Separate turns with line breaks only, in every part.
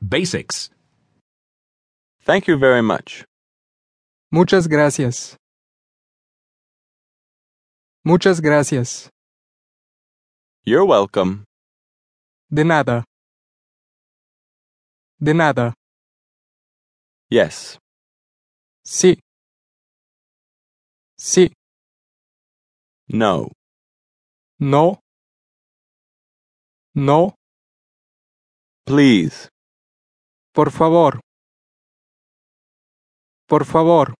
Basics.
Thank you very much.
Muchas gracias. Muchas gracias.
You're welcome.
De nada. De nada.
Yes.
Sí. Sí.
No.
No. No.
Please.
Por favor. Por favor.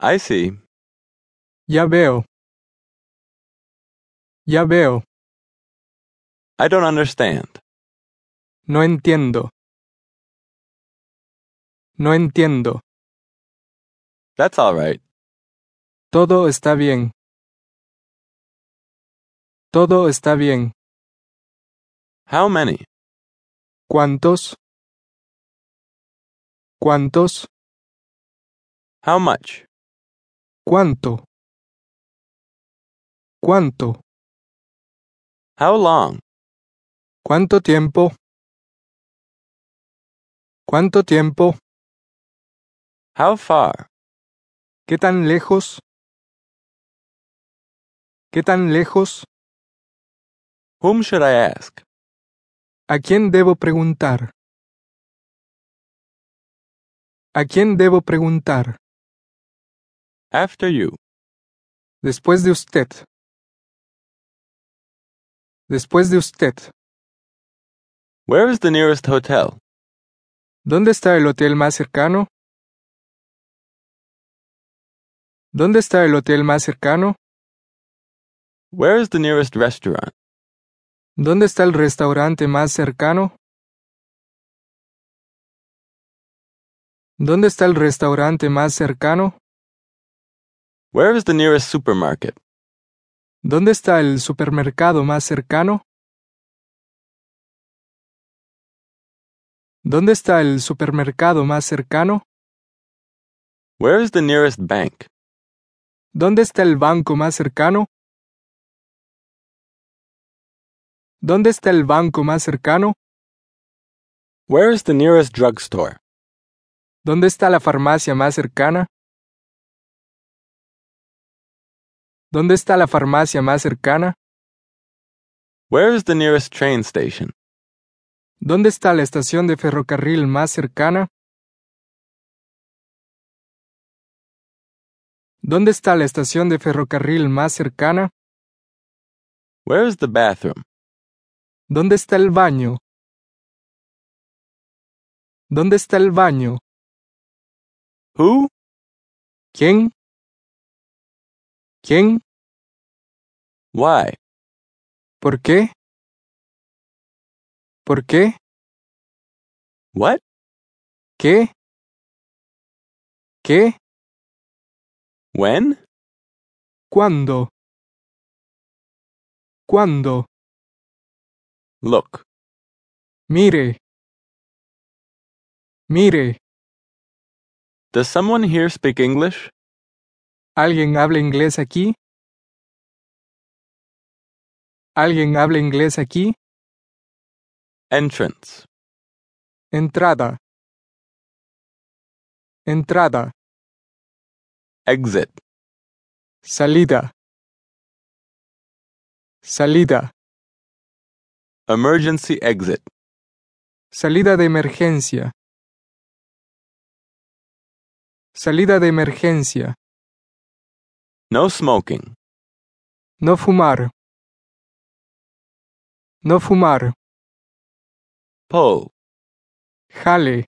I see.
Ya veo. Ya veo.
I don't understand.
No entiendo. No entiendo.
That's all right.
Todo está bien. Todo está bien.
How many?
¿Cuántos? ¿Cuántos?
How much?
¿Cuánto? ¿Cuánto?
How long?
¿Cuánto tiempo? ¿Cuánto tiempo?
How far?
¿Qué tan lejos? ¿Qué tan lejos?
Whom should I ask?
¿A quién debo preguntar? ¿A quién debo preguntar?
After you.
Después de usted. Después de usted.
Where is the nearest hotel?
¿Dónde está el hotel más cercano? ¿Dónde está el hotel más cercano?
Where is the nearest restaurant?
¿Dónde está el restaurante más cercano? ¿Dónde está el restaurante más cercano?
Where is the nearest supermarket?
¿Dónde está el supermercado más cercano? ¿Dónde está el supermercado más cercano?
Where is the nearest bank?
¿Dónde está el banco más cercano? ¿Dónde está el banco más cercano?
Where is the nearest drugstore?
¿Dónde está la farmacia más cercana? ¿Dónde está la farmacia más cercana?
Where is the nearest train station?
¿Dónde está la estación de ferrocarril más cercana? ¿Dónde está la estación de ferrocarril más cercana?
Where is the bathroom?
¿Dónde está el baño? ¿Dónde está el baño?
Who?
¿Quién? ¿Quién?
Why?
¿Por qué? ¿Por qué?
What?
¿Qué? ¿Qué?
When?
¿Cuándo? ¿Cuándo?
Look.
Mire. Mire.
Does someone here speak English?
¿Alguien habla inglés aquí? ¿Alguien habla inglés aquí?
Entrance.
Entrada. Entrada.
Exit.
Salida. Salida.
Emergency exit.
Salida de emergencia. Salida de emergencia.
No smoking.
No fumar. No fumar.
Pull.
Jale.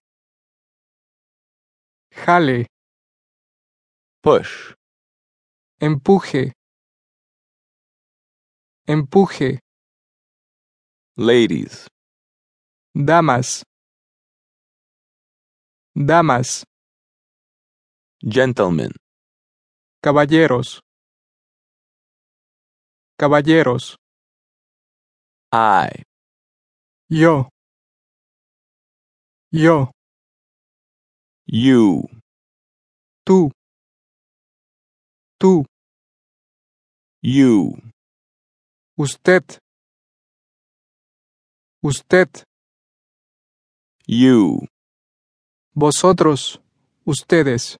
Jale.
Push.
Empuje. Empuje.
Ladies.
Damas. Damas.
Gentlemen.
Caballeros. Caballeros.
I.
Yo. Yo.
You.
Tú. Tú.
You.
Usted. Usted.
You.
Vosotros. Ustedes.